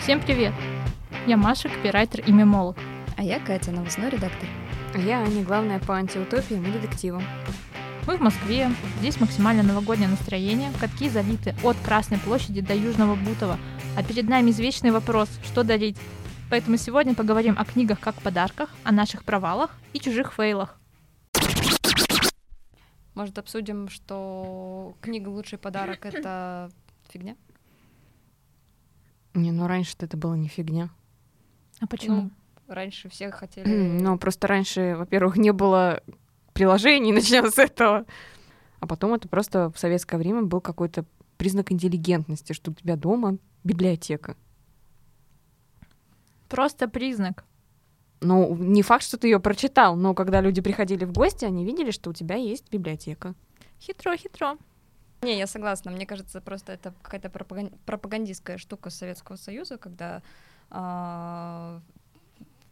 Всем привет! Я Маша, копирайтер и мемолог. А я Катя, новостной редактор. А я Аня, главная по антиутопиям и детективам. Мы в Москве. Здесь максимально новогоднее настроение. Катки залиты от Красной площади до Южного Бутова. А перед нами извечный вопрос, что дарить. Поэтому сегодня поговорим о книгах как подарках, о наших провалах и чужих фейлах. Может, обсудим, что книга «Лучший подарок» — это фигня? Не, ну раньше-то это было не фигня. А почему? Раньше все хотели... Ну, просто раньше, во-первых, не было приложений, начнем с этого. А потом это просто в советское время был какой-то признак интеллигентности, что у тебя дома библиотека. Просто признак. Ну, не факт, что ты ее прочитал, но когда люди приходили в гости, они видели, что у тебя есть библиотека. Хитро-хитро. Не, я согласна. Мне кажется, просто это какая-то пропаган- пропагандистская штука Советского Союза, когда а,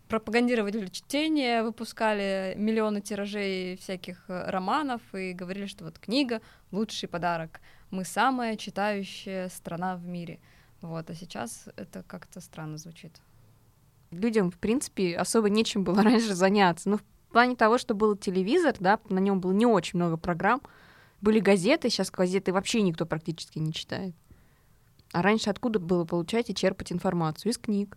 пропагандировали чтение, выпускали миллионы тиражей всяких э, романов и говорили, что вот книга — лучший подарок. Мы самая читающая страна в мире. Вот, а сейчас это как-то странно звучит. Людям, в принципе, особо нечем было раньше заняться. Ну, в плане того, что был телевизор, да, на нем было не очень много программ. Были газеты, сейчас газеты вообще никто практически не читает. А раньше откуда было получать и черпать информацию? Из книг.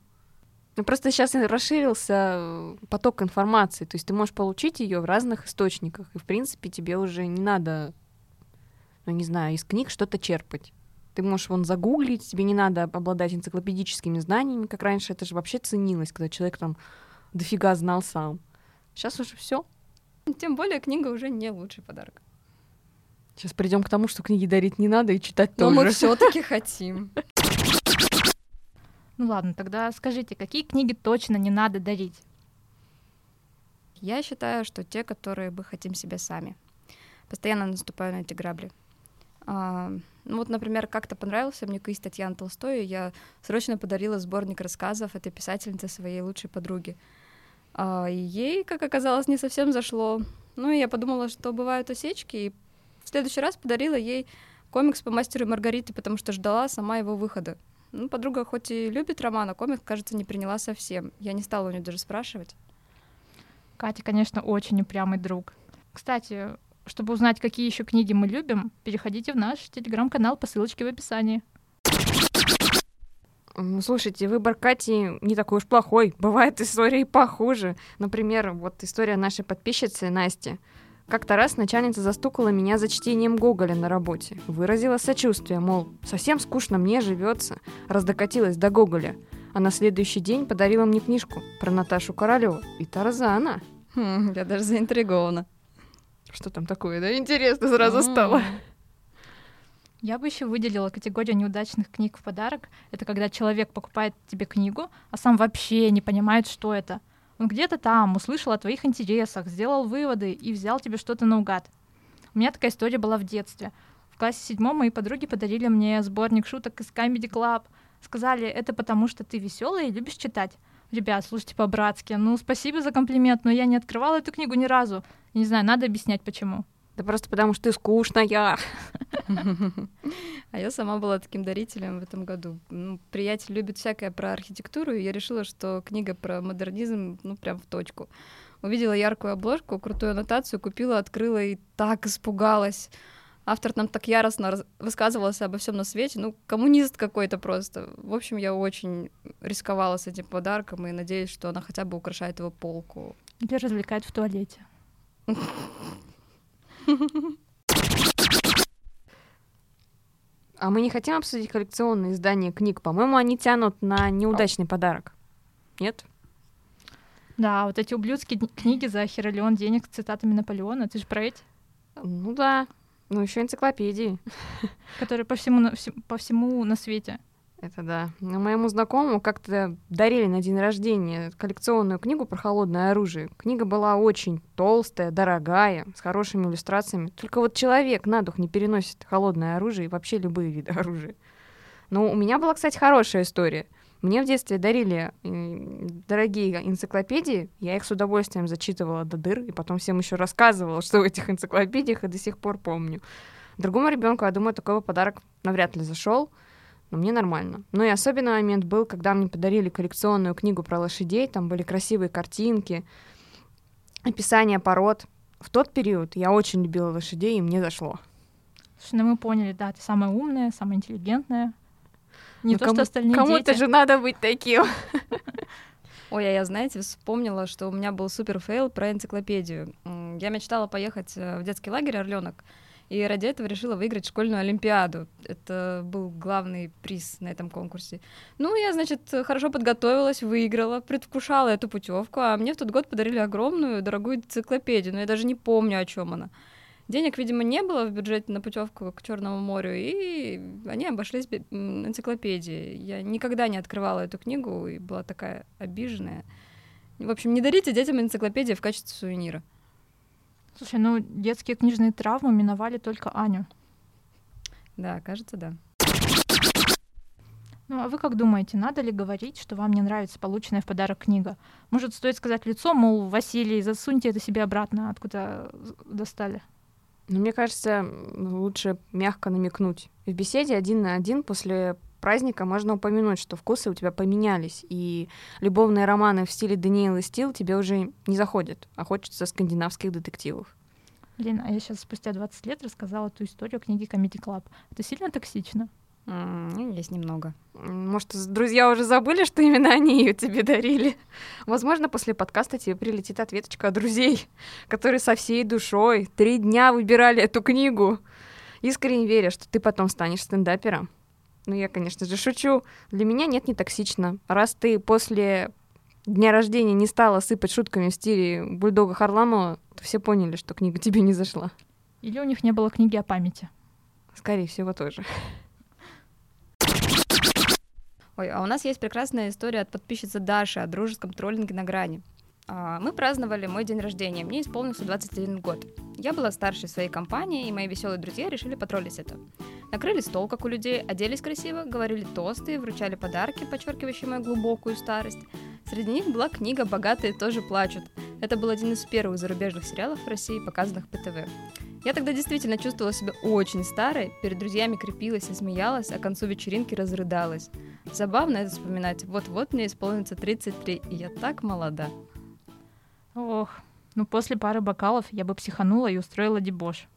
Ну, просто сейчас расширился э, поток информации, то есть ты можешь получить ее в разных источниках, и, в принципе, тебе уже не надо, ну, не знаю, из книг что-то черпать. Ты можешь вон загуглить, тебе не надо обладать энциклопедическими знаниями, как раньше это же вообще ценилось, когда человек там дофига знал сам. Сейчас уже все. Тем более книга уже не лучший подарок. Сейчас придем к тому, что книги дарить не надо и читать Но тоже. мы все таки хотим. Ну ладно, тогда скажите, какие книги точно не надо дарить? Я считаю, что те, которые мы хотим себе сами. Постоянно наступаю на эти грабли. А, ну вот, например, как-то понравился мне квиз Татьяны Толстой, и я срочно подарила сборник рассказов этой писательницы своей лучшей подруге. А, и ей, как оказалось, не совсем зашло. Ну и я подумала, что бывают осечки, и в следующий раз подарила ей комикс по мастеру и Маргарите, потому что ждала сама его выхода. Ну, подруга хоть и любит роман, а комикс, кажется, не приняла совсем. Я не стала у нее даже спрашивать. Катя, конечно, очень упрямый друг. Кстати, чтобы узнать, какие еще книги мы любим, переходите в наш телеграм-канал по ссылочке в описании. Ну, слушайте, выбор Кати не такой уж плохой. Бывают истории похуже. Например, вот история нашей подписчицы Насти. Как-то раз начальница застукала меня за чтением Гоголя на работе. Выразила сочувствие, мол, совсем скучно мне живется. Раздокатилась до Гоголя. А на следующий день подарила мне книжку про Наташу Королеву и Тарзана. Хм, я даже заинтригована. Что там такое, да? Интересно сразу стало. М. Я бы еще выделила категорию неудачных книг в подарок. Это когда человек покупает тебе книгу, а сам вообще не понимает, что это. Он где-то там услышал о твоих интересах, сделал выводы и взял тебе что-то наугад. У меня такая история была в детстве. В классе седьмом мои подруги подарили мне сборник шуток из Comedy Club. Сказали, это потому что ты веселая и любишь читать. Ребят, слушайте по-братски. Ну, спасибо за комплимент, но я не открывала эту книгу ни разу. Я не знаю, надо объяснять, почему. Да просто потому что ты скучная. А я сама была таким дарителем в этом году. Ну, приятель любит всякое про архитектуру, и я решила, что книга про модернизм, ну, прям в точку. Увидела яркую обложку, крутую аннотацию, купила, открыла и так испугалась. Автор нам так яростно раз- высказывался обо всем на свете. Ну, коммунист какой-то просто. В общем, я очень рисковала с этим подарком и надеюсь, что она хотя бы украшает его полку. Или развлекает в туалете. А мы не хотим обсудить коллекционные издания книг. По-моему, они тянут на неудачный подарок. Нет? Да, вот эти ублюдские дни- книги за херолеон денег с цитатами Наполеона, ты же про эти, Ну да. Ну еще энциклопедии. которые по всему, на, всем- по всему на свете. Это да. Но моему знакомому как-то дарили на день рождения коллекционную книгу про холодное оружие. Книга была очень толстая, дорогая, с хорошими иллюстрациями. Только вот человек на дух не переносит холодное оружие и вообще любые виды оружия. Но у меня была, кстати, хорошая история. Мне в детстве дарили м, дорогие энциклопедии, я их с удовольствием зачитывала до дыр, и потом всем еще рассказывала, что в этих энциклопедиях, и до сих пор помню. Другому ребенку, я думаю, такой бы подарок навряд ли зашел, но мне нормально. Ну и особенный момент был, когда мне подарили коллекционную книгу про лошадей, там были красивые картинки, описание пород. В тот период я очень любила лошадей, и мне зашло. Слушай, ну мы поняли, да, ты самая умная, самая интеллигентная. Не Ну, то, кому- что остальные Кому-то дети. же надо быть таким. Ой, а я, знаете, вспомнила, что у меня был супер фейл про энциклопедию. М, Я мечтала поехать э, в детский лагерь «Орленок», и ради этого решила выиграть школьную олимпиаду. Это был главный приз на этом конкурсе. Ну, я, значит, хорошо подготовилась, выиграла, предвкушала эту путевку, а мне в тот год подарили огромную, дорогую энциклопедию, но я даже не помню, о чем она. Денег, видимо, не было в бюджете на путевку к Черному морю, и они обошлись бе- м, энциклопедией. Я никогда не открывала эту книгу и была такая обиженная. В общем, не дарите детям энциклопедии в качестве сувенира. Слушай, ну детские книжные травмы миновали только Аню. Да, кажется, да. Ну а вы как думаете, надо ли говорить, что вам не нравится полученная в подарок книга? Может, стоит сказать в лицо, мол, Василий, засуньте это себе обратно, откуда достали? Ну, мне кажется, м, лучше мягко намекнуть. В беседе один на один после праздника можно упомянуть, что вкусы у тебя поменялись, и любовные романы в стиле Даниэла Стил тебе уже не заходят, а хочется скандинавских детективов. Блин, а я сейчас спустя 20 лет рассказала эту историю книги Comedy Club. Это сильно токсично. М, ну, Есть немного. М, Может, с- друзья уже забыли, что именно они ее тебе дарили? Возможно, после подкаста тебе прилетит ответочка от друзей, которые со всей душой три дня выбирали эту книгу, искренне веря, что ты потом станешь стендапером. Ну, я, конечно же, шучу. Для меня нет, не токсично. Раз ты после дня рождения не стала сыпать шутками в стиле бульдога Харламова, то все поняли, что книга тебе не зашла. Или у них не было книги о памяти. Скорее всего, тоже. Ой, а у нас есть прекрасная история от подписчицы Даши о дружеском троллинге на грани. А, Мы праздновали мой день рождения, мне исполнился 21 год. Я была старшей в своей компании, и мои веселые друзья решили потроллить это. Накрыли стол, как у людей, оделись красиво, говорили тосты, вручали подарки, подчеркивающие мою глубокую старость. Среди них была книга «Богатые тоже плачут». Это был один из первых зарубежных сериалов в России, показанных по ТВ. Я тогда действительно чувствовала себя очень старой, перед друзьями крепилась и смеялась, а к концу вечеринки разрыдалась. Забавно это вспоминать. Вот-вот мне исполнится 33, и я так молода. Ох, ну после пары бокалов я бы психанула и устроила дебош.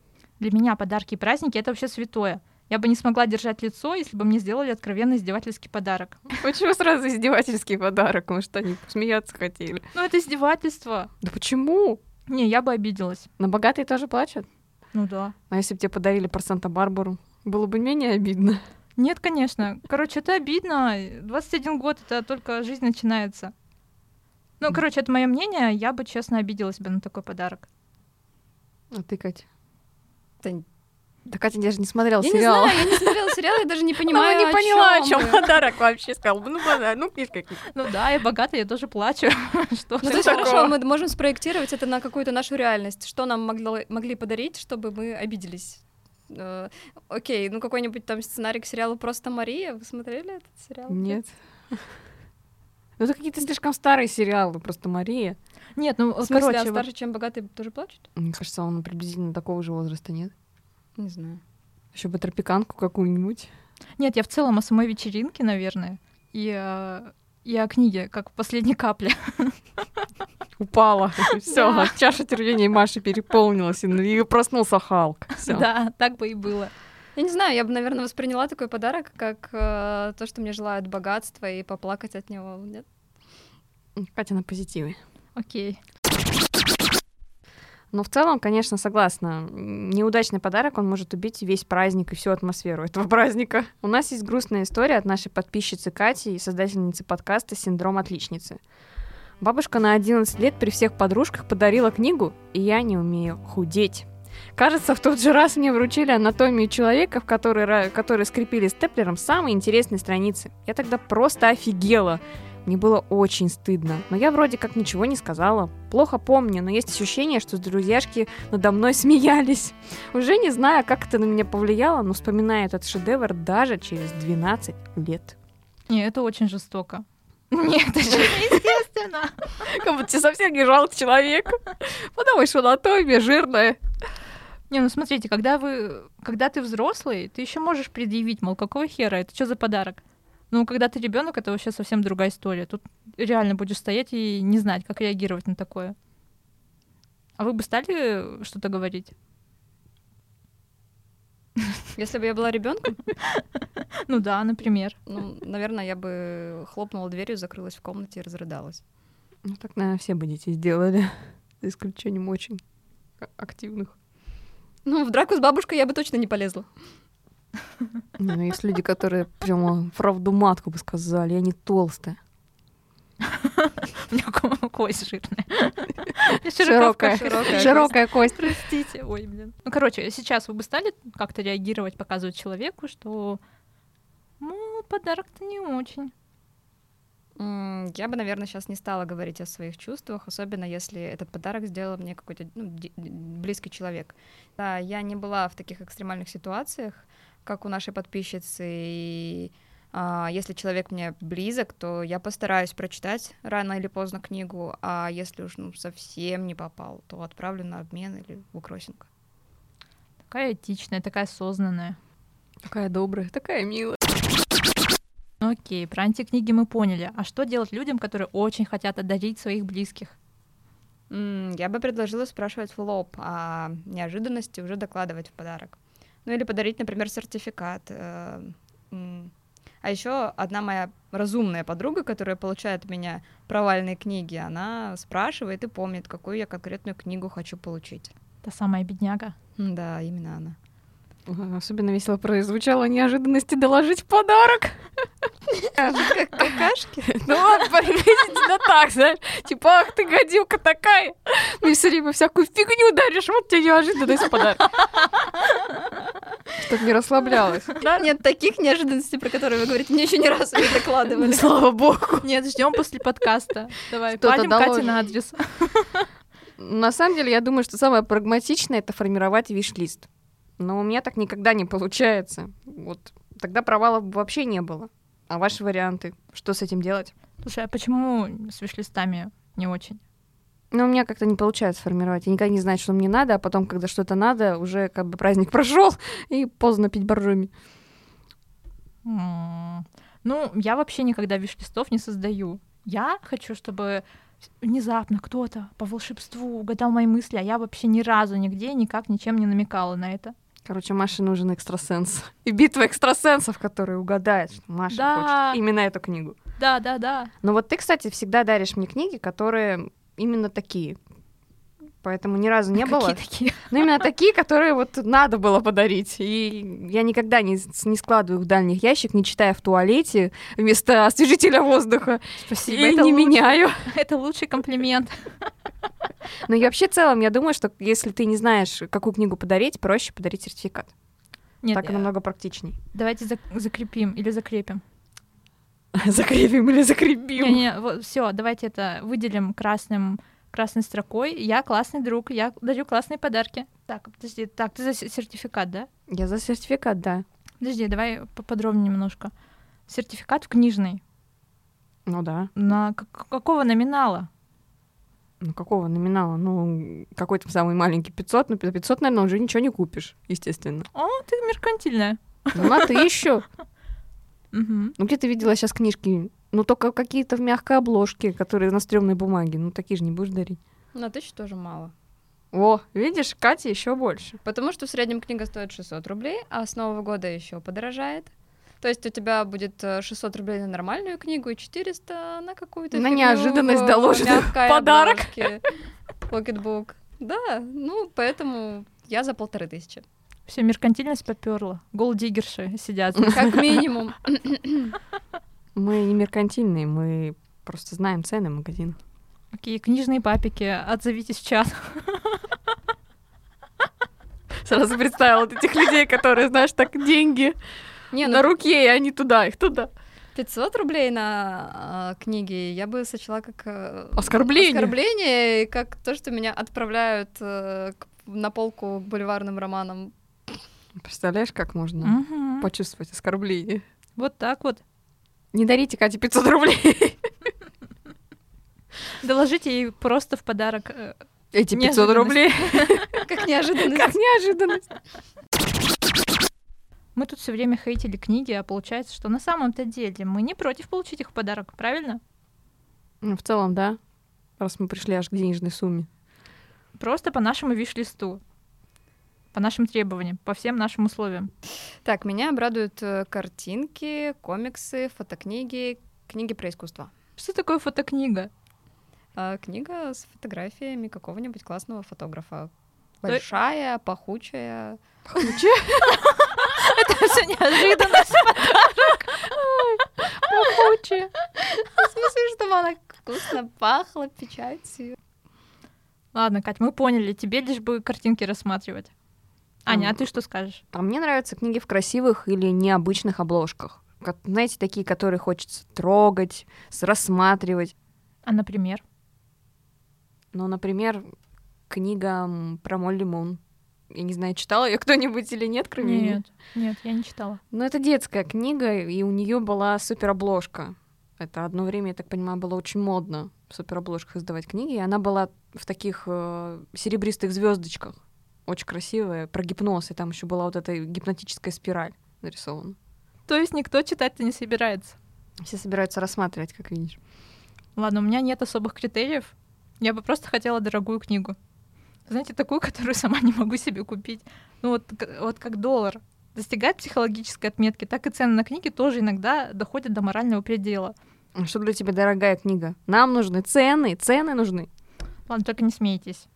Для меня подарки и праздники — это вообще святое. Я бы не смогла держать лицо, если бы мне сделали откровенно издевательский подарок. Почему сразу издевательский подарок? Может, они смеяться хотели? Ну это издевательство. Да почему? Не, я бы обиделась. Но богатые тоже плачут. Ну да. А если бы тебе подарили про Санта-Барбару? Было бы менее обидно. Нет, конечно. Короче, это обидно. 21 год — это только жизнь начинается. Ну, короче, это мое мнение. Я бы, честно, обиделась бы на такой подарок. А ты, Катя? Тань, Да Катя даже не смотрела я сериал. не знаю, я не смотрела сериал, я даже не понимаю, Она не поняла, о вы. чем подарок вообще сказал. Ну, ладно, ну, книжка, книжка. Ну да, я богата, я тоже плачу. Что ж Ну, то есть, такого? хорошо, мы можем спроектировать это на какую-то нашу реальность. Что нам могло- могли подарить, чтобы мы обиделись? Э, окей, ну какой-нибудь там сценарий к сериалу «Просто Мария». Вы смотрели этот сериал? Нет. Ну, это какие-то слишком старые сериалы, просто Мария. Нет, ну, В смысле, короче, а вот- старше, чем богатые, тоже плачут? Мне кажется, он приблизительно такого же возраста, нет? Не знаю. Еще бы тропиканку какую-нибудь. Нет, я в целом о самой вечеринке, наверное, и, э, и о книге, как в последней капле. Упала. Все, Да. чаша терпения Маши переполнилась, и на- и проснулся Халк. Всё. Да, так бы и было. Я не знаю, я бы, наверное, восприняла такой подарок, как э, то, что мне желают богатства, и поплакать от него. Нет? Катя на позитиве. Окей. Но в целом, конечно, согласна. М, Неудачный подарок, он может убить весь праздник и всю атмосферу этого праздника. У нас есть грустная история от нашей подписчицы Кати и создательницы подкаста «Синдром отличницы». Бабушка на 11 лет при всех подружках подарила книгу «И я не умею худеть». Кажется, в тот же раз мне вручили анатомию человека, в которой, ра- которые скрепили степлером самые интересные страницы. Я тогда просто офигела. Мне было очень стыдно, но я вроде как ничего не сказала. Плохо помню, но есть ощущение, что друзьяшки надо мной смеялись. Уже не знаю, как это на меня повлияло, но вспоминаю этот шедевр даже через 12 лет. Не, это очень жестоко. Нет, это же Ну, естественно. Как будто тебе совсем не жалко человека. Потому что анатомия жирная. Не, ну смотрите, когда вы, когда ты взрослый, ты еще можешь предъявить, мол, какого хера, это что за подарок? Ну, когда ты ребенок, это вообще совсем другая история. Тут реально будешь стоять и не знать, как реагировать на такое. А вы бы стали что-то говорить? Если бы я была ребенком, Ну да, например. ну, наверное, я бы хлопнула дверью, закрылась в комнате и разрыдалась. Ну, так, наверное, все бы дети сделали. За исключением очень а- активных. Ну, в драку с бабушкой я бы точно не полезла. Не, ну, есть люди, которые прямо правду матку бы сказали, я не толстая. У меня ко- кость жирная. Я широко- Широкая. Широкая Широкая кость. Простите, ой, блин. Ну, короче, сейчас вы бы стали как-то реагировать, показывать человеку, что, ну, подарок-то не очень. М, Я бы, наверное, сейчас не стала говорить о своих чувствах, особенно если этот подарок сделал мне какой-то ну, де- близкий человек. Да, я не была в таких экстремальных ситуациях, как у нашей подписчицы, и а, если человек мне близок, то я постараюсь прочитать рано или поздно книгу, а если уж ну, совсем не попал, то отправлю на обмен или в Укросинг. Такая этичная, такая осознанная. Такая добрая, такая милая. Ну, Окей, про антикниги мы поняли. А что делать людям, которые очень хотят одарить своих близких? М, Я бы предложила спрашивать в лоб о неожиданности, уже докладывать в подарок. Ну или подарить, например, сертификат. э, м. А еще одна моя разумная подруга, которая получает от меня провальные книги, она спрашивает и помнит, какую я конкретную книгу хочу получить. Та самая бедняга. М, Да, именно она. Ой, Особенно весело прозвучало неожиданности доложить в подарок. Как какашки? Ну вот, приблизительно так, знаешь. Типа, ах ты гадюка такая. Мне все время всякую фигню даришь, вот тебе неожиданность в подарок. Чтоб не расслаблялась. Нет таких неожиданностей, про которые вы говорите, мне еще ни разу не докладывали. Ну, Слава богу. Нет, ждем после подкаста. Давай, Кто-то палим Кате доложит. на адрес. На самом деле, я думаю, что самое прагматичное — это формировать виш-лист. Но у меня так никогда не получается. Вот тогда провалов бы вообще не было. А ваши варианты? Что с этим делать? Слушай, а почему с виш-листами не очень? Ну, у меня как-то не получается формировать. Я никогда не знаю, что мне надо, а потом, когда что-то надо, уже как бы праздник прошел, и поздно пить боржоми. М, Ну, я вообще никогда виш-листов не создаю. Я хочу, чтобы внезапно кто-то по волшебству угадал мои мысли, а я вообще ни разу нигде никак ничем не намекала на это. Короче, Маше нужен экстрасенс. И битва экстрасенсов, которая угадает, что Маша Да. хочет именно эту книгу. Да, да, да. Но вот ты, кстати, всегда даришь мне книги, которые именно такие. Поэтому ни разу не было. Какие такие? Ну, именно такие, которые вот надо было подарить. И я никогда не, с- не складываю их в дальних ящик, не читая в туалете вместо освежителя воздуха. Спасибо. и это не лу- меняю. Это лучший комплимент. Но Ну, и вообще в целом, я думаю, что если ты не знаешь, какую книгу подарить, проще подарить сертификат. Нет, так я- намного практичней. давайте зак- закрепим или закрепим. Закрепим или закрепим. Не-не, вот все, давайте это выделим красным красной строкой. Я классный друг, я дарю классные подарки. Так, подожди, так, ты за се- сертификат, да? Я за сертификат, да. Подожди, давай поподробнее немножко. Сертификат в книжный. Ну да. На как- какого номинала? Ну какого номинала? Ну, какой там самый маленький? 500? Ну, за 500, наверное, уже ничего не купишь, естественно. О, ты меркантильная. Ну, а ты еще. Мгм. Ну, где ты видела сейчас книжки? Ну, только какие-то в мягкой обложке, которые на стрёмной бумаге. Ну, такие же не будешь дарить. На тысячу а тоже мало. О, видишь, Катя еще больше. Потому что в среднем книга стоит 600 рублей, а с Нового года еще подорожает. То есть у тебя будет э, 600 рублей на нормальную книгу и 400 на какую-то На фигню неожиданность в доложенный мягкой подарок. обложке. Покетбук. Да, ну поэтому я за полторы тысячи. Все, меркантильность поперла. Голдигерши сидят. Как минимум. Мы не меркантильные, мы просто знаем цены магазинов. Окей, книжные папики, отзовитесь в чат. Сразу представила вот этих людей, которые, знаешь, так деньги Не, на ну руке, и они туда, их туда. 500 рублей на э, книги я бы сочла как... э, Оскорбление. Оскорбление, и как то, что меня отправляют э, к- на полку к бульварным романам. Представляешь, как можно Мгм. почувствовать оскорбление? Вот так вот. Не дарите Кате 500 рублей. Доложите ей просто в подарок э, Эти 500 Неожиданность. рублей. Как неожиданно. Как неожиданность. Мы тут все время хейтили книги, а получается, что на самом-то деле мы не против получить их в подарок, правильно? Ну, В целом, да. Раз мы пришли аж к денежной сумме. Просто по нашему виш-листу, по нашим требованиям, по всем нашим условиям. Так, меня обрадуют э, картинки, комиксы, фотокниги, книги про искусство. Что такое фотокнига? А, Книга с фотографиями какого-нибудь классного фотографа. Э- Большая, пахучая. Это все неожиданно. Пахучая. В смысле, чтобы она вкусно пахла печатью. Ладно, Кать, мы поняли, тебе лишь бы картинки рассматривать. Аня, а ты что скажешь? А мне нравятся книги в красивых или необычных обложках. Как, знаете, такие, которые хочется трогать, с- рассматривать. А, например? Ну, например, книга м, про Молли Мун. Я не знаю, читала ее кто-нибудь или нет, кроме меня. Нет, нет, я не читала. Но Ну, это детская книга, и у нее была суперобложка. Это одно время, я так понимаю, было очень модно в суперобложках издавать книги. И она была в таких э, серебристых звездочках. Очень красивая, про гипноз. И там еще была вот эта гипнотическая спираль нарисована. То есть никто читать-то не собирается? Все собираются рассматривать, как видишь. Ладно, у меня нет особых критериев. Я бы просто хотела дорогую книгу. Знаете, такую, которую сама не могу себе купить. Ну вот, к- вот как доллар достигает психологической отметки, так и цены на книги тоже иногда доходят до морального предела. А Что для тебя дорогая книга? Нам нужны цены, цены нужны. Ладно, только не смейтесь.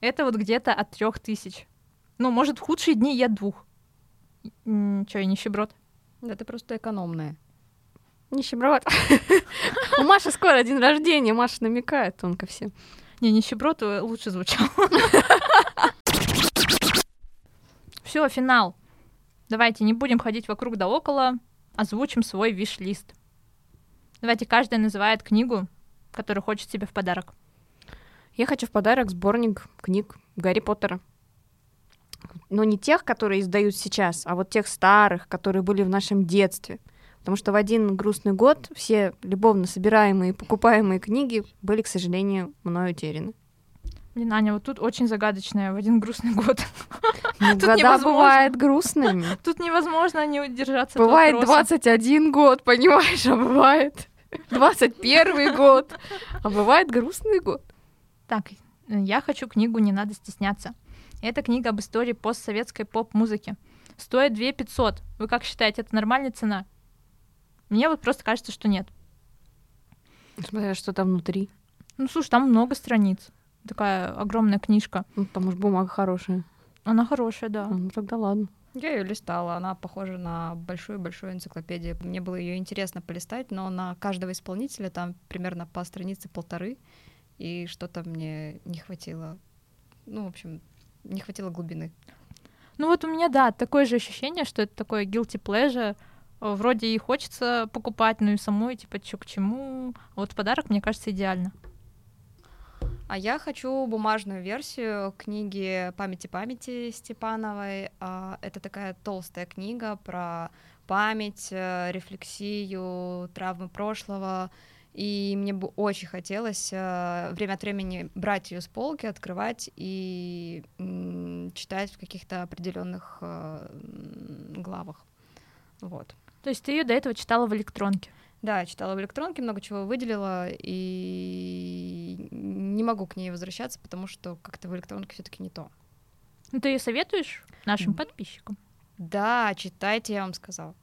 Это вот где-то от трех тысяч. Ну, может, в худшие дни я двух. М, Чё, я нищеброд? Да ты просто экономная. Нищеброд. У Маши скоро день рождения, Маша намекает тонко всем. Не, нищеброд э, лучше звучал. Все, финал. Давайте не будем ходить вокруг да около, озвучим свой виш-лист. Давайте каждая называет книгу, которую хочет себе в подарок. Я хочу в подарок сборник книг Гарри Поттера. Но не тех, которые издают сейчас, а вот тех старых, которые были в нашем детстве. Потому что в один грустный год все любовно собираемые и покупаемые книги были, к сожалению, мною утеряны. Блин, Аня, вот тут очень загадочная, в один грустный год. Ну, Тут года невозможно. бывают грустными. Тут невозможно не удержаться. от Бывает вопроса. 21 год, понимаешь, а бывает 21 год, а бывает грустный год. Так, э, я хочу книгу «Не надо стесняться». Это книга об истории постсоветской поп-музыки. Стоит 2 500. Вы как считаете, это нормальная цена? Мне вот просто кажется, что нет. Смотря что там внутри. Ну, слушай, там много страниц. Такая огромная книжка. Ну, потому что бумага хорошая. Она хорошая, да. А, ну тогда ладно. Я ее листала, она похожа на большую-большую энциклопедию. Мне было ее интересно полистать, но на каждого исполнителя там примерно по странице полторы, и что-то мне не хватило. Ну, в общем, не хватило глубины. Ну вот у меня, да, такое же ощущение, что это такое guilty pleasure. Э, Вроде и хочется покупать, но и самой, типа, чё к чему. А вот подарок, мне кажется, идеально. А я хочу бумажную версию книги «Памяти памяти» Степановой. А, Это такая толстая книга про память, э, рефлексию, травмы прошлого. И мне бы очень хотелось э, время от времени брать ее с полки, открывать и м, читать в каких-то определенных э, м, главах. Вот. То есть ты ее до этого читала в электронке. Да, читала в электронке, много чего выделила, и не могу к ней возвращаться, потому что как-то в электронке все-таки не то. Ну, ты ее советуешь нашим Мгм. подписчикам? Да, читайте, я вам сказала.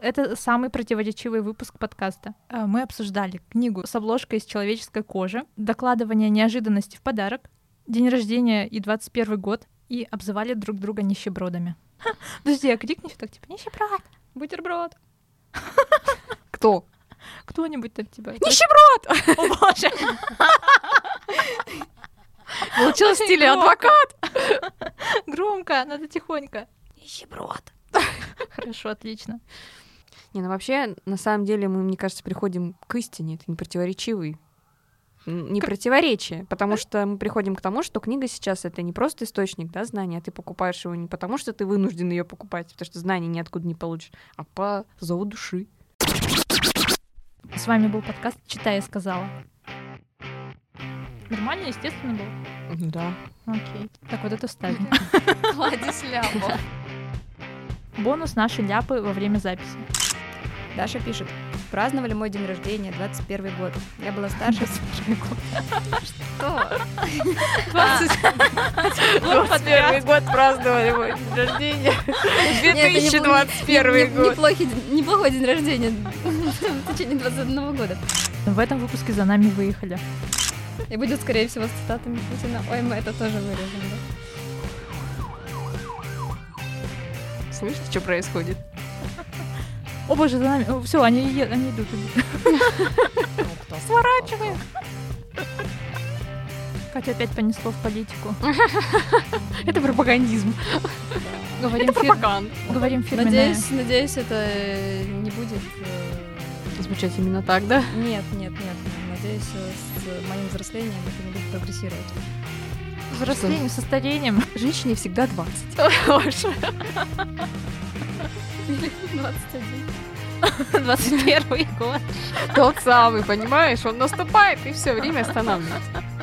Это самый противоречивый выпуск подкаста. Э, Мы обсуждали книгу с обложкой из человеческой кожи, докладывание неожиданности в подарок, день рождения и 21 год, и обзывали друг друга нищебродами. Подожди, а крикни так, типа, нищеброд, Бутерброд. Кто? кто-нибудь там, типа. Нищеброд! О боже! Получилось в стиле Громко. адвокат. Громко, надо тихонько. Нищеброд. Хорошо, отлично. Не, ну вообще, на самом деле, мы, мне кажется, приходим к истине. Это не противоречивый н- не противоречие, потому что мы приходим к тому, что книга сейчас это не просто источник да, знания, а ты покупаешь его не потому, что ты вынужден ее покупать, потому что знания ниоткуда не получишь, а по зову души. С вами был подкаст «Читай, я сказала». Нормально? название, естественно, было. Ну Да. Окей. Так, вот это вставим. Кладезь ляпов. Бонус наши ляпы во время записи. Даша пишет. Праздновали мой день рождения, 21 год. Я была старше с Что? 21 год праздновали мой день рождения. Нет, это не было- Не- 2021 не- год. неплохий день- Неплохой день рождения в течение 21 года. В этом выпуске за нами выехали. И будет, скорее всего, с цитатами Путина. Ой, мы это тоже вырежем. да. Слышите, что происходит? О боже, за нами. Все, они, е- они идут. идут. Сворачиваем. Катя опять понесло в политику. Это пропагандизм. Говорим, Это фир- пропаганд. Говорим фирменное. Надеюсь, надеюсь, это э, не будет... э, Звучать именно так, да? Нет, нет, нет. Надеюсь, э, с моим взрослением это не будет прогрессировать. Взрослением, со старением. Женщине всегда 20. 21. 21 год. Тот самый, понимаешь? Он наступает, и все время останавливается.